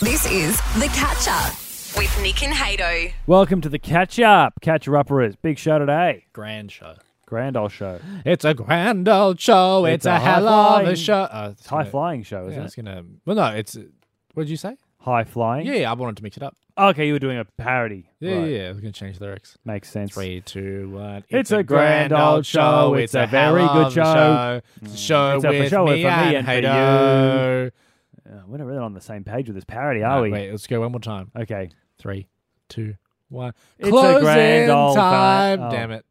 This is The Catch Up with Nick and Hato. Welcome to the catch up, catcher upperers. Big show today, grand show. grand old show, It's a grand old show. It's, a a, hell of high-flying- a show. Uh, it's high gonna- flying show, Yeah, isn't it's it? gonna. Well, no, it's. What did you say? High flying. Yeah, yeah, I wanted to mix it up. Okay, you were doing a parody. Yeah, Right. yeah, yeah. I was gonna change the lyrics. Makes sense. Three, two, one. It's a grand old show. It's a very hell good of a show. Mm. It's a show It's a with show me, for me and, and for Hato. Uh, we're not really on the same page with this parody, are No, we? Wait, let's go one more time. Okay. Three, two, one. It's a Closing grand old time. time. Oh. Damn it.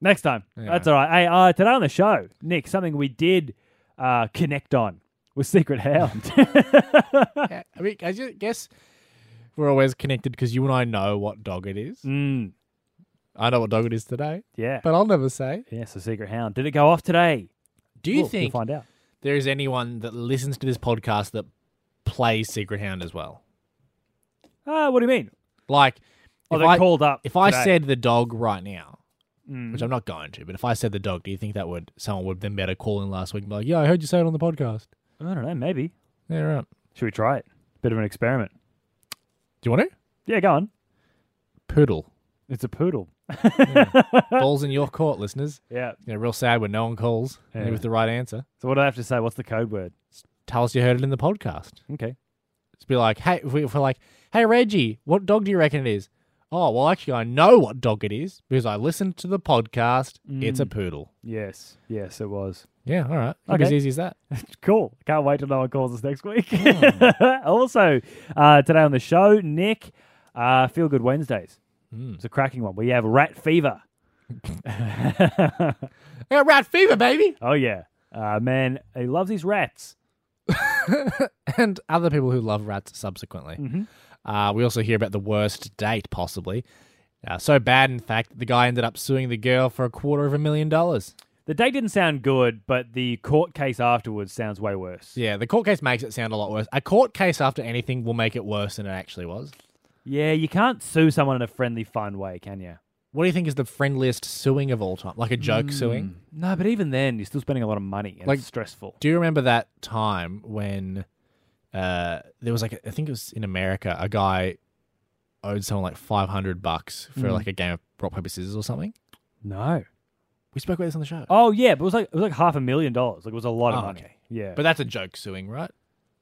Next time. Yeah. That's all right. Hey, uh, today on the show, Nick, something we did uh, connect on was Secret Hound. Yeah, I mean, I ju- guess we're always connected because you and I know what dog it is. mm, I know what dog it is today, yeah. but I'll never say. yeah, so Secret Hound. Did it go off today? Do you We'll- think We'll find out. there is anyone that listens to this podcast that plays Secret Hound as well? Uh, what do you mean? Like, Oh, if they I, called up. if I today. said the dog right now, Mm. which I'm not going to, but if I said the dog, do you think that would someone would then be able to call in last week and be like, "Yeah, I heard you say it on the podcast." I don't know, maybe. Yeah, right. Should we try it? Bit of an experiment. Do you want to? Yeah, go on. Poodle. It's a poodle. Balls in your court, listeners. Yeah. You know, real sad when no one calls Yeah. and with the right answer. So what do I have to say? What's the code word? Tell us you heard it in the podcast. Okay. to be like, hey, if, we, if we're like, hey, Reggie, what dog do you reckon it is? Oh, well, actually, I know what dog it is because I listened to the podcast. It's a poodle. Yes. Yes, it was. Mm. Yeah, all right. Could be as Okay. easy as that. Cool. Can't wait till no one calls us next week. also, uh, today on the show, Nick, uh, Feel Good Wednesdays. It's a cracking one. We have rat fever. I got rat fever, baby. Oh, yeah. Uh, man, he loves his rats. And other people who love rats subsequently. Uh, we also hear about the worst date, possibly. Uh, so bad, in fact, that the guy ended up suing the girl for a quarter of a million dollars. The date didn't sound good, but the court case afterwards sounds way worse. Yeah, the court case makes it sound a lot worse. A court case after anything will make it worse than it actually was. Yeah, you can't sue someone in a friendly, fun way, can you? What do you think is the friendliest suing of all time? Like a joke suing? Hmm. No, but even then, you're still spending a lot of money. And Like- it's stressful. Do you remember that time when uh, there was like I think it was in America, a guy owed someone like five hundred bucks for Mm. like a game of rock paper scissors or something. No. We spoke about this on the show, Oh yeah, but it was like it was like half a million dollars. Like it was a lot of Oh, money. okay. Yeah, but that's a joke suing, right?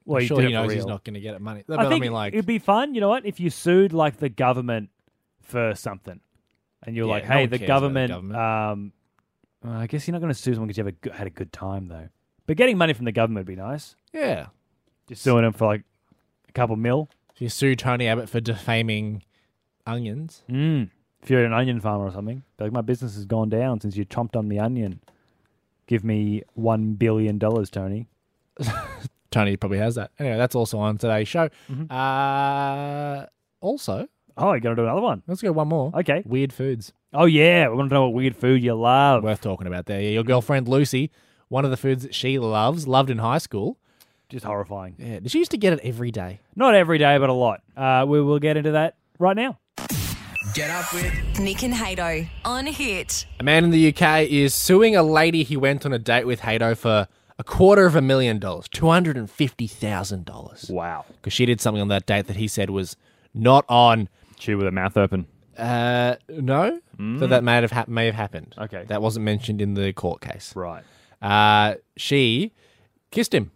well, I'm you sure did he it for knows he's real. not going to get it money. I But I, think mean, like, it'd be fun. You know what? If you sued like the government for something, and you're Yeah, like, no hey, one the, cares about the government, government. Um, well, I guess you're not going to sue someone because you have a good, had a good time though. But getting money from the government would be nice. yeah, Just suing them for like a couple mil. if you sue Tony Abbott for defaming onions, Mm. If you're an onion farmer or something, be like my business has gone down since you chomped on me onion. Give me one billion dollars, Tony. Tony probably has that. Anyway, that's also on today's show. Mm-hmm. Uh, also, Oh, you got to do another one. let's go one more. Okay. Weird foods. Oh yeah, we want to know what weird food you love. worth talking about there. Yeah, your girlfriend Lucy, one of the foods that she loves, loved in high school. Just horrifying. Yeah, she used to get it every day. Not every day, but a lot. Uh, we will get into that right now. Nick and Hato on Hit. A man in the UK is suing a lady he went on a date with Hato for a quarter of a million dollars, two hundred and fifty thousand dollars, Wow. because she did something on that date that he said was not on. Chew with her mouth open. Uh, no, so that may have hap may have happened. Mm. Okay. that wasn't mentioned in the court case. Right. Uh, she kissed him.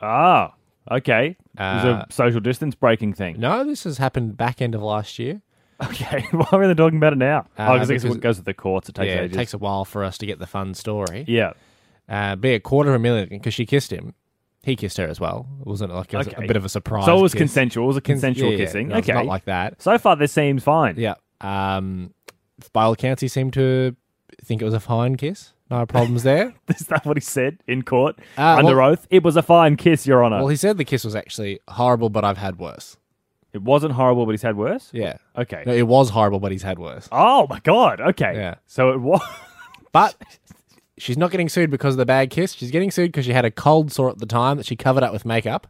Ah. Okay. it was Uh, a social distance breaking thing. No, this has happened back end of last year. Okay. Why are we talking about it now? Uh, oh, because because- it goes to the courts. It takes yeah, ages. it takes a while for us to get the fun story. yeah. uh, be a quarter of a million because she kissed him. He kissed her as well. It wasn't like a, Okay. a bit of a surprise. So it was kiss. consensual. It was a Cons- consensual yeah, yeah, kissing. no, it's okay. not like that. so far, this seems fine. Yeah. Um, by all accounts, he seemed to think it was a fine kiss. No problems there. Is that what he said in court Uh, under well- oath? It was a fine kiss, Your Honor. well, he said the kiss was actually horrible, but I've had worse. it wasn't horrible, but he's had worse. Yeah. Okay. No, it was horrible, but he's had worse. Oh my God. Okay. Yeah. So it was. But she's not getting sued because of the bad kiss. She's getting sued because she had a cold sore at the time that she covered up with makeup.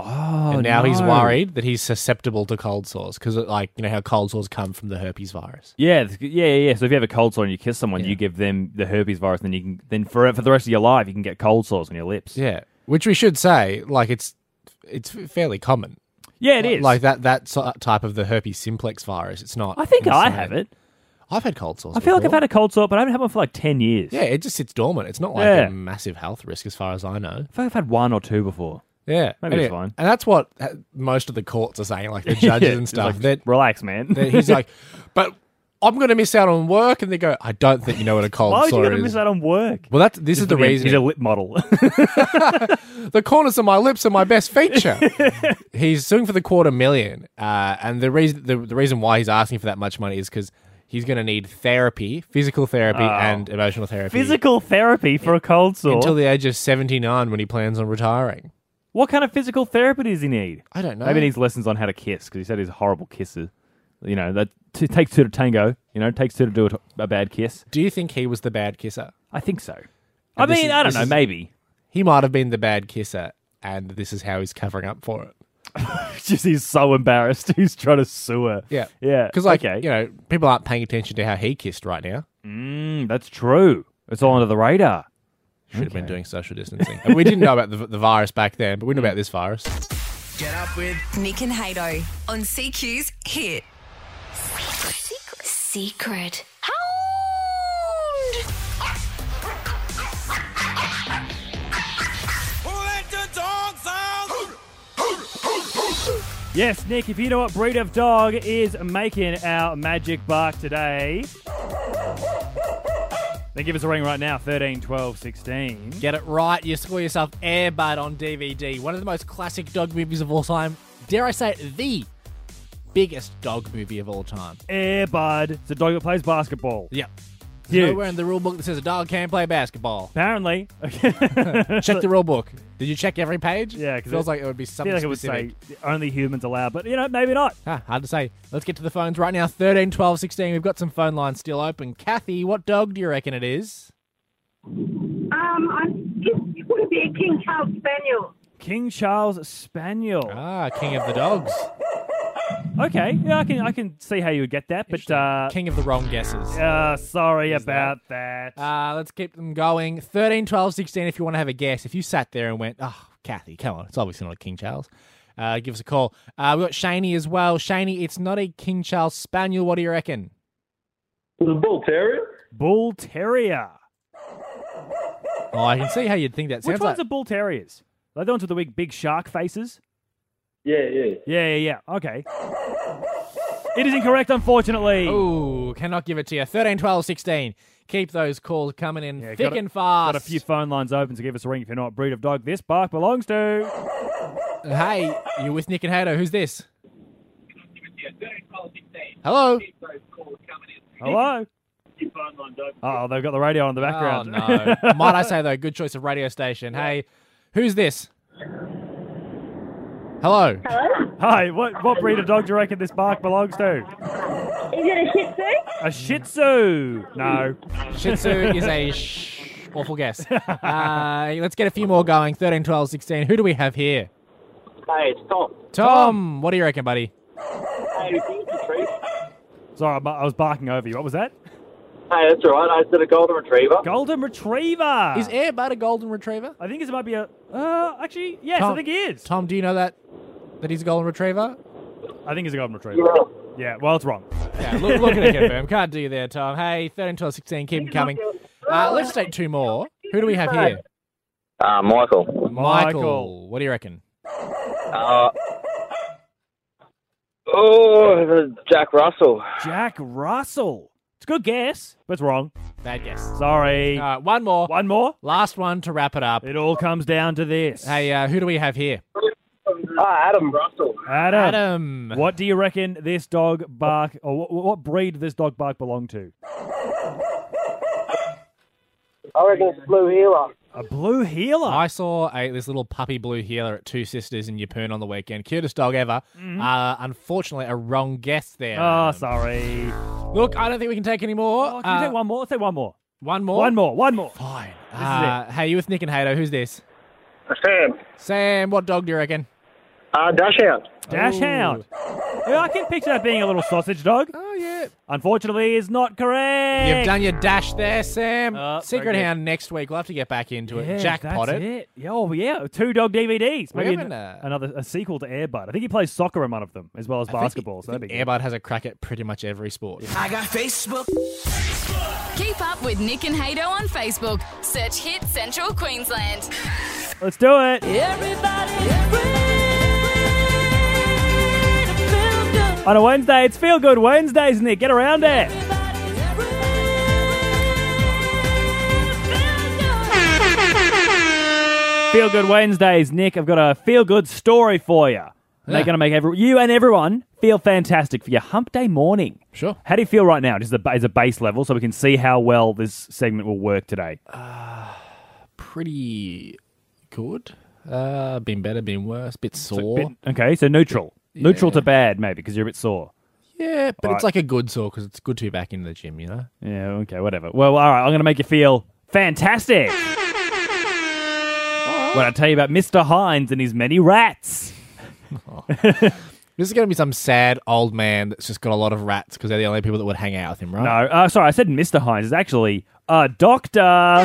Oh. and now he's no. worried that he's susceptible to cold sores because, like, you know how cold sores come from the herpes virus. Yeah, th- yeah, yeah. yeah. So if you have a cold sore and you kiss someone, you give them the herpes virus, and then you can then for for the rest of your life you can get cold sores on your lips. Yeah, which we should say, like it's it's fairly common. Yeah, it is. Like that that so- uh, type of the herpes simplex virus. It's not. I think I insane. have it. I've had cold sores. I feel like I've had a cold sore, but I haven't had one for like 10 years. Yeah, it just sits dormant. It's not like Yeah. a massive health risk, as far as I know. I feel like I've had one or two before. Yeah, Maybe and it's it- fine. And that's what uh, most of the courts are saying, like the judges Yeah, and it's stuff. like, that, relax, man. that he's like, but I'm going to miss out on work, and they go, I don't think you know what a cold Why would you sore going to is. miss out on work? Well, that's this is the He's a- reason. He's a lip model. the corners of my lips are my best feature. he's suing for the quarter million, uh, and the reason the, the reason why he's asking for that much money is because he's going to need therapy, physical therapy, and emotional therapy physical therapy for a cold sore. until the age of seventy nine when he plans on retiring. what kind of physical therapy does he need? I don't know. Maybe he needs lessons on how to kiss because he said he's a horrible kisser. You know, that t- takes two to tango. You know, takes two to do a, t- a bad kiss. Do you think he was the bad kisser? I think so. I this mean, is- I don't this know. is- maybe He might have been the bad kisser, and this is how he's covering up for it. just he's so embarrassed. He's trying to sue her. Yeah, yeah. Because like okay, you know, people aren't paying attention to how he kissed right now. Mm, that's true. It's all under the radar. Should have been doing social distancing. And we didn't know about the, the virus back then, but we knew about this virus. Get up with Nick and Hato on CQ's Hit. Secret. Secret. Who let the dogs out? Yes, Nick. If you know what breed of dog is making our magic bark today, then give us a ring right now. 13, 12, 16. Get it right, you score yourself Airbud on DVD. One of the most classic dog movies of all time. Dare I say it, the biggest dog movie of all time. Airbud. It's a dog that plays basketball. Yep. Huge. Nowhere in the rule book that says a dog can play basketball. Apparently, Check the rule book. Did you check every page? Yeah, 'cause feels it- like it would be I something feel like it would specific. say only humans allowed, but you know, maybe not. Ah, hard to say. Let's get to the phones right now. 13, 12, 16. We've got some phone lines still open. Kathy, what dog do you reckon it is? Um, I'm, it, it would be a King Charles Spaniel. King Charles Spaniel. Ah, king of the dogs. Okay, yeah, I can I can see how you would get that, but uh, king of the wrong guesses. uh sorry about that. Uh, let's keep them going. 13, 12, 16, if you want to have a guess. If you sat there and went, oh, Kathy, come on, it's obviously not a King Charles, uh, give us a call. Uh, we've got Shaney as well. Shaney, it's not a King Charles Spaniel. What do you reckon? The bull terrier? bull terrier. Oh, I can see how you'd think that Which sounds ones like. are bull terriers? Are they the ones with the big big shark faces? Yeah, yeah. Yeah, yeah, yeah. Okay. It is incorrect, unfortunately. Oh, Ooh, cannot give it to you. 13, 12, 16. Keep those calls coming in Yeah, thick got a- and fast. Got a few phone lines open, so give us a ring if you know what breed of dog this bark belongs to. Hey, you're with Nick and Hato. Who's this? Hello. Hello. Oh, they've got the radio on in the Oh background. no. Might I say though, good choice of radio station. Hey, who's this? Hello. Hi, what what breed of dog do you reckon this bark belongs to? Is it a A Shih Shih Tzu? Tzu. No. Shih Tzu is a sh- awful guess. Uh, let's get a few more going. 13, 12, 16. Who do we have here? Hey, it's Tom. Tom. What do you reckon, buddy? Hey, it's a retriever. Sorry, I bu- I was barking over you. What was that? Hey, that's all right. I said a golden retriever. Golden Retriever. Is Airbud a golden retriever? I think this might be a. Uh, actually, yes, I Tom- think he is. Tom, do you know that that he's a golden retriever? I think he's a golden retriever. Yeah. Yeah. Well, it's wrong. Yeah, look, look at it, confirm. Can't do you there, Tom. Hey, 13, 12, 16. Keep 'em coming. Uh, let's take two more. Who do we have here? Uh, Michael. Michael. What do you reckon? Uh, oh, Jack Russell. Jack Russell. It's a good guess, but it's wrong. Bad guess. Sorry. All right, one more. One more. Last one to wrap it up. It all comes down to this. Hey, uh, who do we have here? Ah, Adam Russell. Adam. Adam. What do you reckon this dog bark, or what, what breed this dog bark belong to? I reckon it's Blue Healer. A blue heeler. I saw a, this little puppy blue healer at Two Sisters in Yeppoon on the weekend. Cutest dog ever. Uh, unfortunately, a wrong guess there. Mm-hmm. Oh, sorry. Look, I don't think we can take any more. Oh, can we Uh, take one more? Let's take one more. one more. One more. One more. Fine. Uh, Hey, you with Nick and Hato? Who's this? Sam. Sam. What dog do you reckon? Uh, Dash Out. Dash Ooh. hound. Yeah, I can picture that being a little sausage dog. Oh yeah. Unfortunately, is not correct. You've done your dash there, Sam. Uh, Secret very good. Hound next week. We'll have to get back into Yeah, it. Jackpot that's it. it. Yeah, oh, yeah, two dog DVDs. We Maybe an- haven't, uh, another a sequel to Airbud. I think he plays soccer in one of them as well as basketball. so that'd be good. Airbud has a crack at pretty much every sport. I got Facebook. Keep up with Nick and Hato on Facebook. Search Hit Central Queensland. Let's do it. On a Wednesday, it's Feel Good Wednesdays, isn't it? Get around there. Feel Good Wednesdays, Nick. I've got a feel good story for you. They're going to make every, you and everyone feel fantastic for your hump day morning. Sure. How do you feel right now? Just as a, as a base level, so we can see how well this segment will work today. Pretty good. Uh, been better, been worse, bit sore. Bit- okay, so neutral, neutral to bad, maybe because you're a bit sore. yeah, but Alright. it's like a good sore because it's good to be back in the gym, you know? Yeah, okay, whatever. Well, all right, I'm going to make you feel fantastic. When I tell you about Mr. Hines and his many rats. This is going to be some sad old man that's just got a lot of rats because they're the only people that would hang out with him, right? No, uh, sorry, I said Mr. Hines. It's actually a doctor. I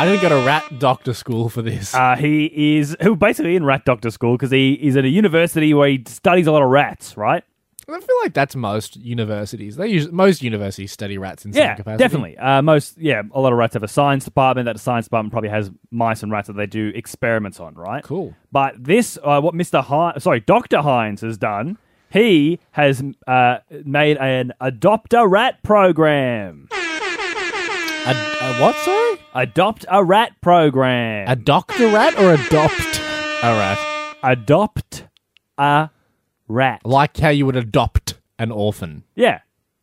didn't go to rat doctor school for this. Uh, he is who basically in rat doctor school because he is at a university where he studies a lot of rats, right? I feel like that's most universities. They usually, most universities study rats in Yeah, some capacity. definitely. Uh, most, yeah, a lot of rats have a science department. That science department probably has mice and rats that they do experiments on, right? Cool. But this, uh, what Mr. Hines, sorry, Dr. Hines has done, he has uh, made an adopt a rat program. A, a what, sorry? Adopt a rat program. A doctor rat or adopt a rat? adopt a rat. Like how you would adopt an orphan. Yeah.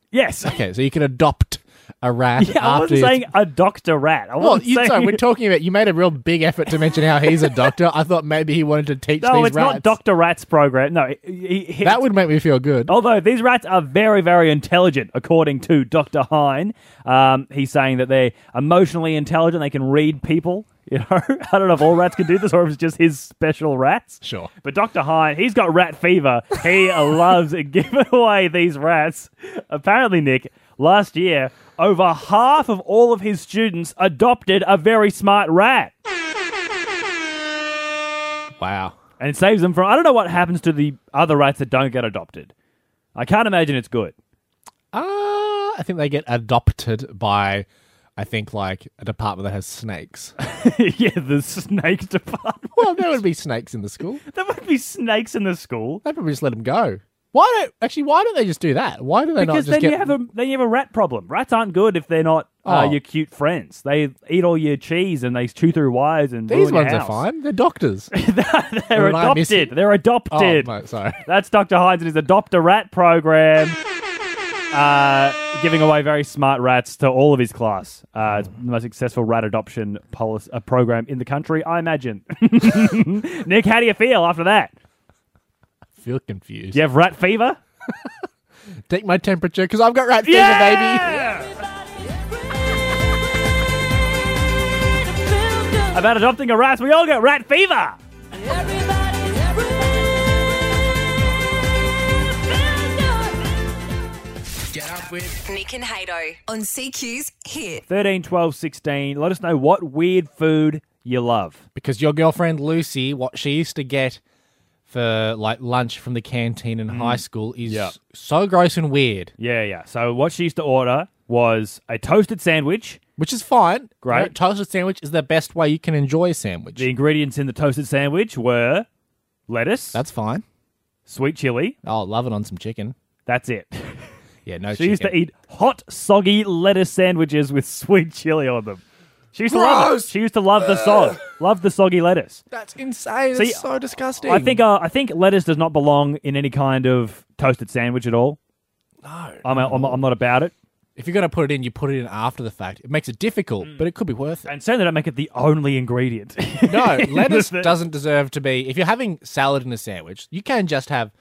Yes. Okay, so you can adopt a rat Yeah, I after. wasn't you- saying a doctor rat. I Well, wasn't you, saying sorry, we're talking about. You made a real big effort to mention how he's a doctor. I thought maybe he wanted to teach no, these it's rats. not Doctor Rat's program. No, he, he, That would make me feel good. although these rats are very, very intelligent, according to Doctor Hine. Um, he's saying that they're emotionally intelligent. They can read people. You know, I don't know if all rats can do this, or if it's just his special rats. Sure. But Doctor Hine, he's got rat fever. He loves giving away these rats. Apparently, Nick, last year, over half of all of his students adopted a very smart rat. Wow. and it saves them from. I don't know what happens to the other rats that don't get adopted. I can't imagine it's good. Uh, I think they get adopted by, I think, like a department that has snakes. yeah, the snake department. well, there would be snakes in the school. There would be snakes in the school They probably just let them go. Why don't actually? Why don't they just do that? Why do they because not then just you get? have a then you have a rat problem. Rats aren't good if they're not uh, Oh. your cute friends. They eat all your cheese and they chew through wires and These ruin your ones are house. fine. They're doctors. They're Or am I missing- adopted. They're adopted. Oh, no, sorry. That's Dr. Hines and his Adopt a Rat program. Uh, giving away very smart rats to all of his class. Uh, it's the most successful rat adoption policy, uh, program in the country, I imagine. Nick, how do you feel after that? I feel confused. Do you have rat fever? Take my temperature because I've got rat fever, baby. Um, About adopting a rat, we all get rat fever. Get up with. Nick and Hato on CQ's Hit. 13, 12, 16. Let us know what weird food you love. Because your girlfriend Lucy, what she used to get for like lunch from the canteen in high school is Mm. Yeah. so gross and weird, Yeah, yeah. So, what she used to order was a toasted sandwich. which is fine. Great. You know, toasted sandwich is the best way you can enjoy a sandwich. The ingredients in the toasted sandwich were lettuce, That's fine. sweet chili. Oh, love it on some chicken. That's it. Yeah, no. She used to eat hot, soggy lettuce sandwiches with sweet chili on them. She used to love it. Gross! She used to love the sog. Love the soggy lettuce. That's insane. See, That's so disgusting. I think uh, I think lettuce does not belong in any kind of toasted sandwich at all. No, I'm a, I'm, a, I'm not about it. if you're going to put it in, you put it in after the fact. It makes it difficult, but it could be worth it. Mm. And certainly don't make it the only ingredient. No, lettuce Listen. doesn't deserve to be. If you're having salad in a sandwich, you can just have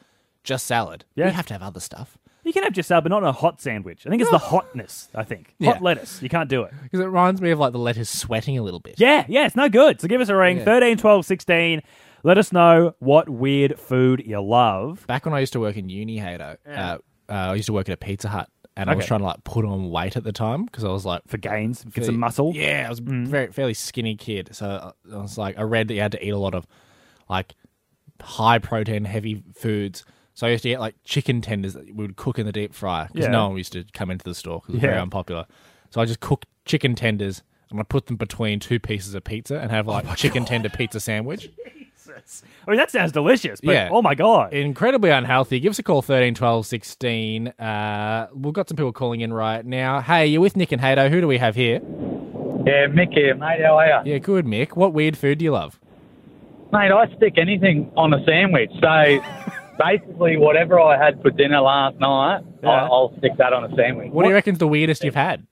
just salad. Yeah. You have to have other stuff you can have just salad, but not on a hot sandwich. I think it's the hotness. I think Yeah. hot lettuce. You can't do it. because it reminds me of like the lettuce sweating a little bit. Yeah, yeah, it's no good. So give us a ring, Yeah. thirteen, twelve, sixteen. Let us know what weird food you love. Back when I used to work in uni, Hato, Yeah. uh, uh, I used to work at a Pizza Hut, and I was Okay. trying to like put on weight at the time because I was like For gains, get some muscle. Mm. Yeah, I was a very fairly skinny kid, so uh, I was like, I read that you had to eat a lot of like high protein, heavy foods. So I used to get like chicken tenders that we would cook in the deep fryer because Yeah. no one used to come into the store because it was very Yeah. unpopular. So I just cooked chicken tenders and I put them between two pieces of pizza and have Oh like a chicken tender pizza sandwich. I mean, that sounds delicious, but Yeah. oh my God. Incredibly unhealthy. Give us a call 13 12 16. Uh, we've got some people calling in right now. Hey, you're with Nick and Hato. Who do we have here? Yeah, Mick here, mate. How are you? Yeah, good, Mick. What weird food do you love? Mate, I stick anything on a sandwich. So basically, whatever I had for dinner last night, Yeah. I I'll stick that on a sandwich. What, do you reckon's the weirdest you've had?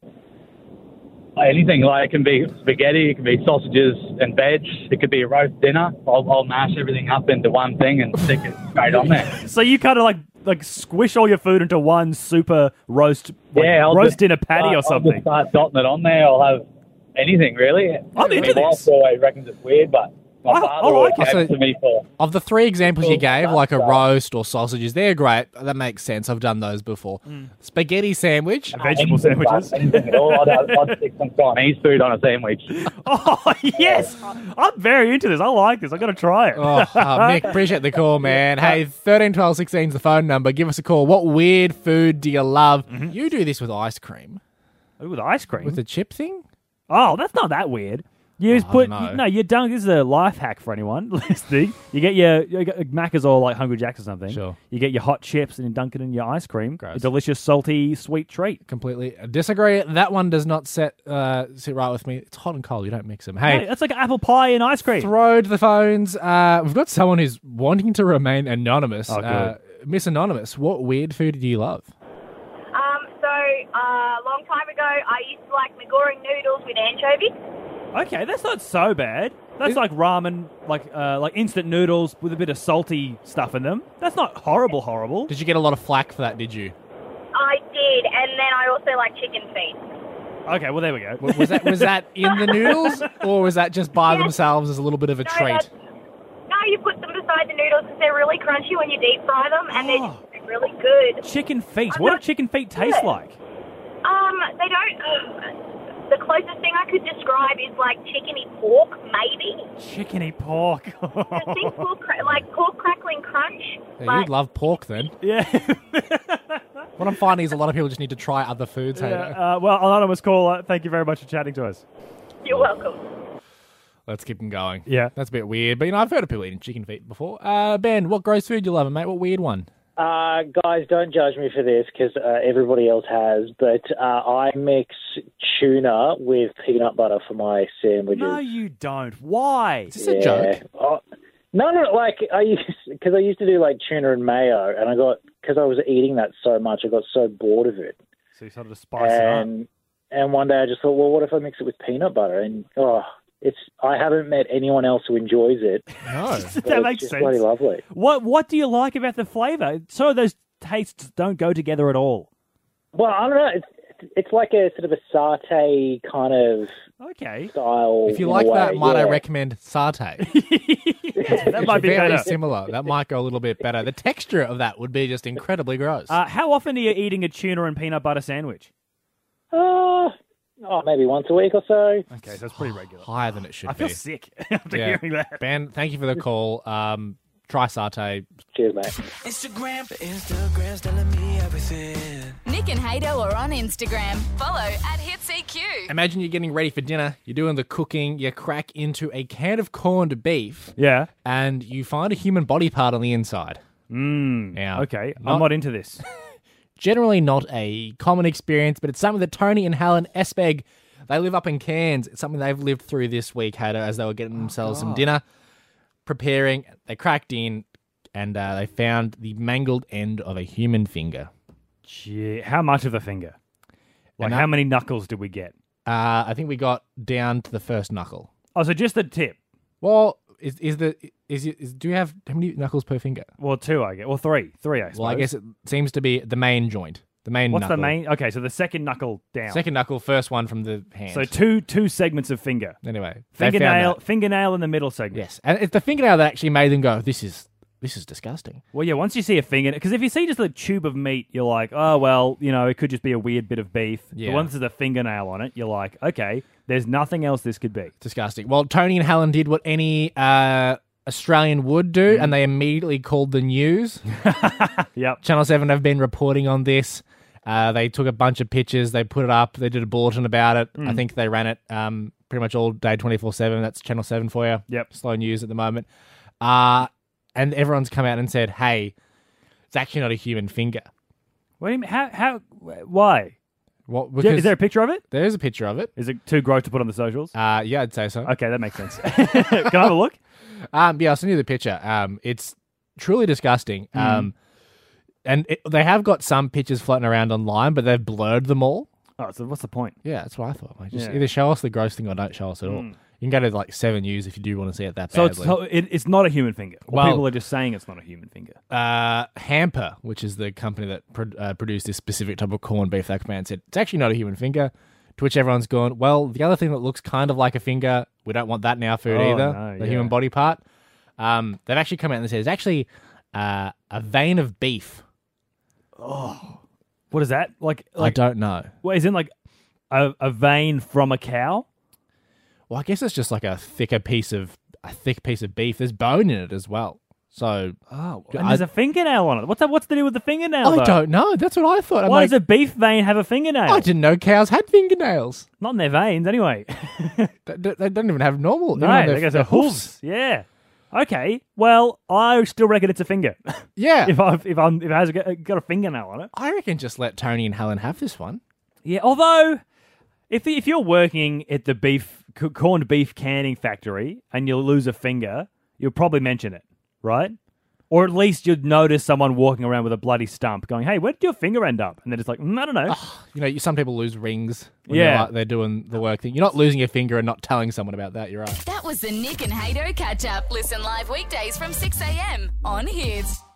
Anything like it can be spaghetti, it can be sausages and veg, it could be a roast dinner. I'll, I'll mash everything up into one thing and stick it straight on there. So you kind of like like squish all your food into one super roast, like, yeah, I'll roast just in a patty start- or I'll just something. start dotting it on there. I'll have anything really. I'm into My wife this. always reckons it's weird, but my I- I father like always it. gave it to me for. Of the three examples you Cool. gave, like a Pasta. roast or sausages, they're great. That makes sense. I've done those before. Spaghetti sandwich. Vegetable Anything, but sandwiches. anything at all. I'd, I'd stick some Chinese food on a sandwich. Oh yes, I'm very into this. I like this. I got to try it. Oh, oh, Mick, appreciate the call, man. Hey, 13 12 16 is the phone number. Give us a call. What weird food do you love? You do this with ice cream. Ooh, with ice cream. With the chip thing? Oh, that's not that weird. You just put dunno. no. You're done. This is a life hack for anyone listening. You get your, you get- Macca's or like Hungry Jacks or something. Sure. You get your hot chips and you dunk it in your ice cream. Gross. A delicious, salty, sweet treat. Completely disagree. That one does not set uh, sit right with me. It's hot and cold. You don't mix them. Hey, Hey, that's like apple pie and ice cream. throw to the phones. Uh, we've got someone who's wanting to remain anonymous. Oh, good. Uh, Miss Anonymous, what weird food do you love? Um, so uh, a long time ago, I used to like Magoring noodles with anchovy. okay, that's not so bad. That's Is- like ramen, like uh, like instant noodles with a bit of salty stuff in them. That's not horrible, horrible. Did you get a lot of flack for that? Did you? I did, and then I also like chicken feet. Okay, well there we go. W- Was that was that in the noodles, or was that just by themselves as a little bit of a No, treat? that's- No, you put them beside the noodles because they're really crunchy when you deep fry them, and they're Oh. just really good. chicken feet? I'm What do not- chicken feet taste Yeah. like? Um, they don't. um, the closest thing I could describe is like chickeny pork, maybe. Chickeny pork. Just think pork, cra- like pork crackling crunch. Yeah, like, you'd love pork then. yeah. What I'm finding is a lot of people just need to try other foods. hey, though. Yeah, uh, well, anonymous caller, thank you very much for chatting to us. You're welcome. Let's keep them going. Yeah. that's a bit weird, but you know I've heard of people eating chicken feet before. Uh, ben, what gross food you loving, mate? What weird one? Uh, guys, don't judge me for this because uh, everybody else has, but uh, I mix tuna with peanut butter for my sandwiches. No, you don't. Why? Is this a joke? Oh, no, no, like I used because I used to do like tuna and mayo, and I got because I was eating that so much, I got so bored of it, So you started to Oh, spice it up. and and one day I just thought, well, what if I mix it with peanut butter? And oh, it's I haven't met anyone else who enjoys it. No. but that it's makes just sense. bloody lovely. What What do you like about the flavour? So those tastes don't go together at all. Well, I don't know. It's, it's like a sort of a satay kind of Okay, style. If you in a like way, that, might I yeah. recommend satay? that might be very better. similar. That might go a little bit better. The texture of that would be just incredibly gross. Uh, how often are you eating a tuna and peanut butter sandwich? Uh, oh, maybe once a week or so. Okay, so it's pretty regular. Higher than it should I be. feel sick after Yeah. hearing that. Ben, thank you for the call. Um, try satay. Cheers, mate. Instagram, Instagram's telling me everything. Nick and Hato are on Instagram. Follow at HitsEQ. Imagine you're getting ready for dinner. You're doing the cooking. You crack into a can of corned beef, Yeah. and you find a human body part on the inside. Mm, now, Okay, Not- I'm not into this. generally not a common experience, but it's something that Tony and Helen Espeg, they live up in Cairns. It's something they've lived through this week, Hatter, as they were getting Oh, themselves some dinner, preparing. They cracked in and uh, they found the mangled end of a human finger. Gee, how much of the finger? Like, And how that- many knuckles did we get? Uh, I think we got down to the first knuckle. Oh, so just the tip. Well, is is the is, it- is do you have how many knuckles per finger? Well, two, I guess. Well, three. Three, I suppose. Well, I guess it seems to be the main joint, the The main. What's the knuckle. main? Okay, so the second knuckle down. Second knuckle, first one from the hand. So two two segments of finger. Anyway, they found fingernail that. fingernail in the middle segment. Yes. and it's the fingernail that actually made them go, "This is this is disgusting." Well, yeah. Once you see a finger, because if you see just a tube of meat, you're like, oh well, you know, it could just be a weird bit of beef. Yeah. But once there's a fingernail on it, you're like, okay, there's nothing else this could be. Disgusting. Well, Tony and Helen did what any uh, Australian would do, and they immediately called the news. Mm-hmm. yep. Channel 7 have been reporting on this. Uh, they took a bunch of pictures, they put it up, they did a bulletin about it. I Mm. think they ran it um, pretty much all day 24 7. That's Channel 7 for you. Yep. Slow news at the moment. Uh, and everyone's come out and said, hey, it's actually not a human finger. What do you mean? How? How? Why? What? Is there- is there a picture of it? There is a picture of it. Is it too gross to put on the socials? Uh, yeah, I'd say so. Okay, that makes sense. Can I have a look? Um, yeah, I'll send you the picture. Um, it's truly disgusting. Mm. Um, and it, they have got some pictures floating around online, but they've blurred them all. Oh, so what's the point? Yeah, that's what I thought. mate. Just Yeah. either show us the gross thing or don't show us at all. Mm. You can go to like Seven News if you do want to see it that So, badly. it's, so it, it's not a human finger. Or Well- people are just saying it's not a human finger. uh, Hamper, which is the company that pro- uh, produced this specific type of corned beef, that man said it's actually not a human finger. To which everyone's gone. Well, the other thing that looks kind of like a finger, we don't want that in our food Oh, either. no, the yeah. human body part. Um, they've actually come out and said it's actually uh, a vein of beef. Oh, what is that? Like, like I don't know. Well, is it like a, a vein from a cow? Well, I guess it's just like a thicker piece of a thick piece of beef. There's bone in it as well. So oh, I And there's a fingernail on it. What's that? What's to do with the fingernail? I though? don't know. That's what I thought. I'm Why like, does a beef vein have a fingernail? I didn't know cows had fingernails. Not in their veins, anyway. they, they don't even have normal. No, even on their- they got their their hooves. Yeah. Okay. Well, I still reckon it's a finger. Yeah. if I if I'm if it has a, got a fingernail on it. I reckon just let Tony and Helen have this one. Yeah. Although, if if you're working at the beef c- corned beef canning factory and you lose a finger, you'll probably mention it, right? Or at least you'd notice someone walking around with a bloody stump, going, "Hey, where did your finger end up?" And they're just like, mm, "I don't know." You know, you- some people lose rings. When Yeah. they're, like- they're doing the work thing. You're not losing your finger and not telling someone about that. You're right. That was the Nick and Hato catch up. Listen live weekdays from 6 a.m. on Hits.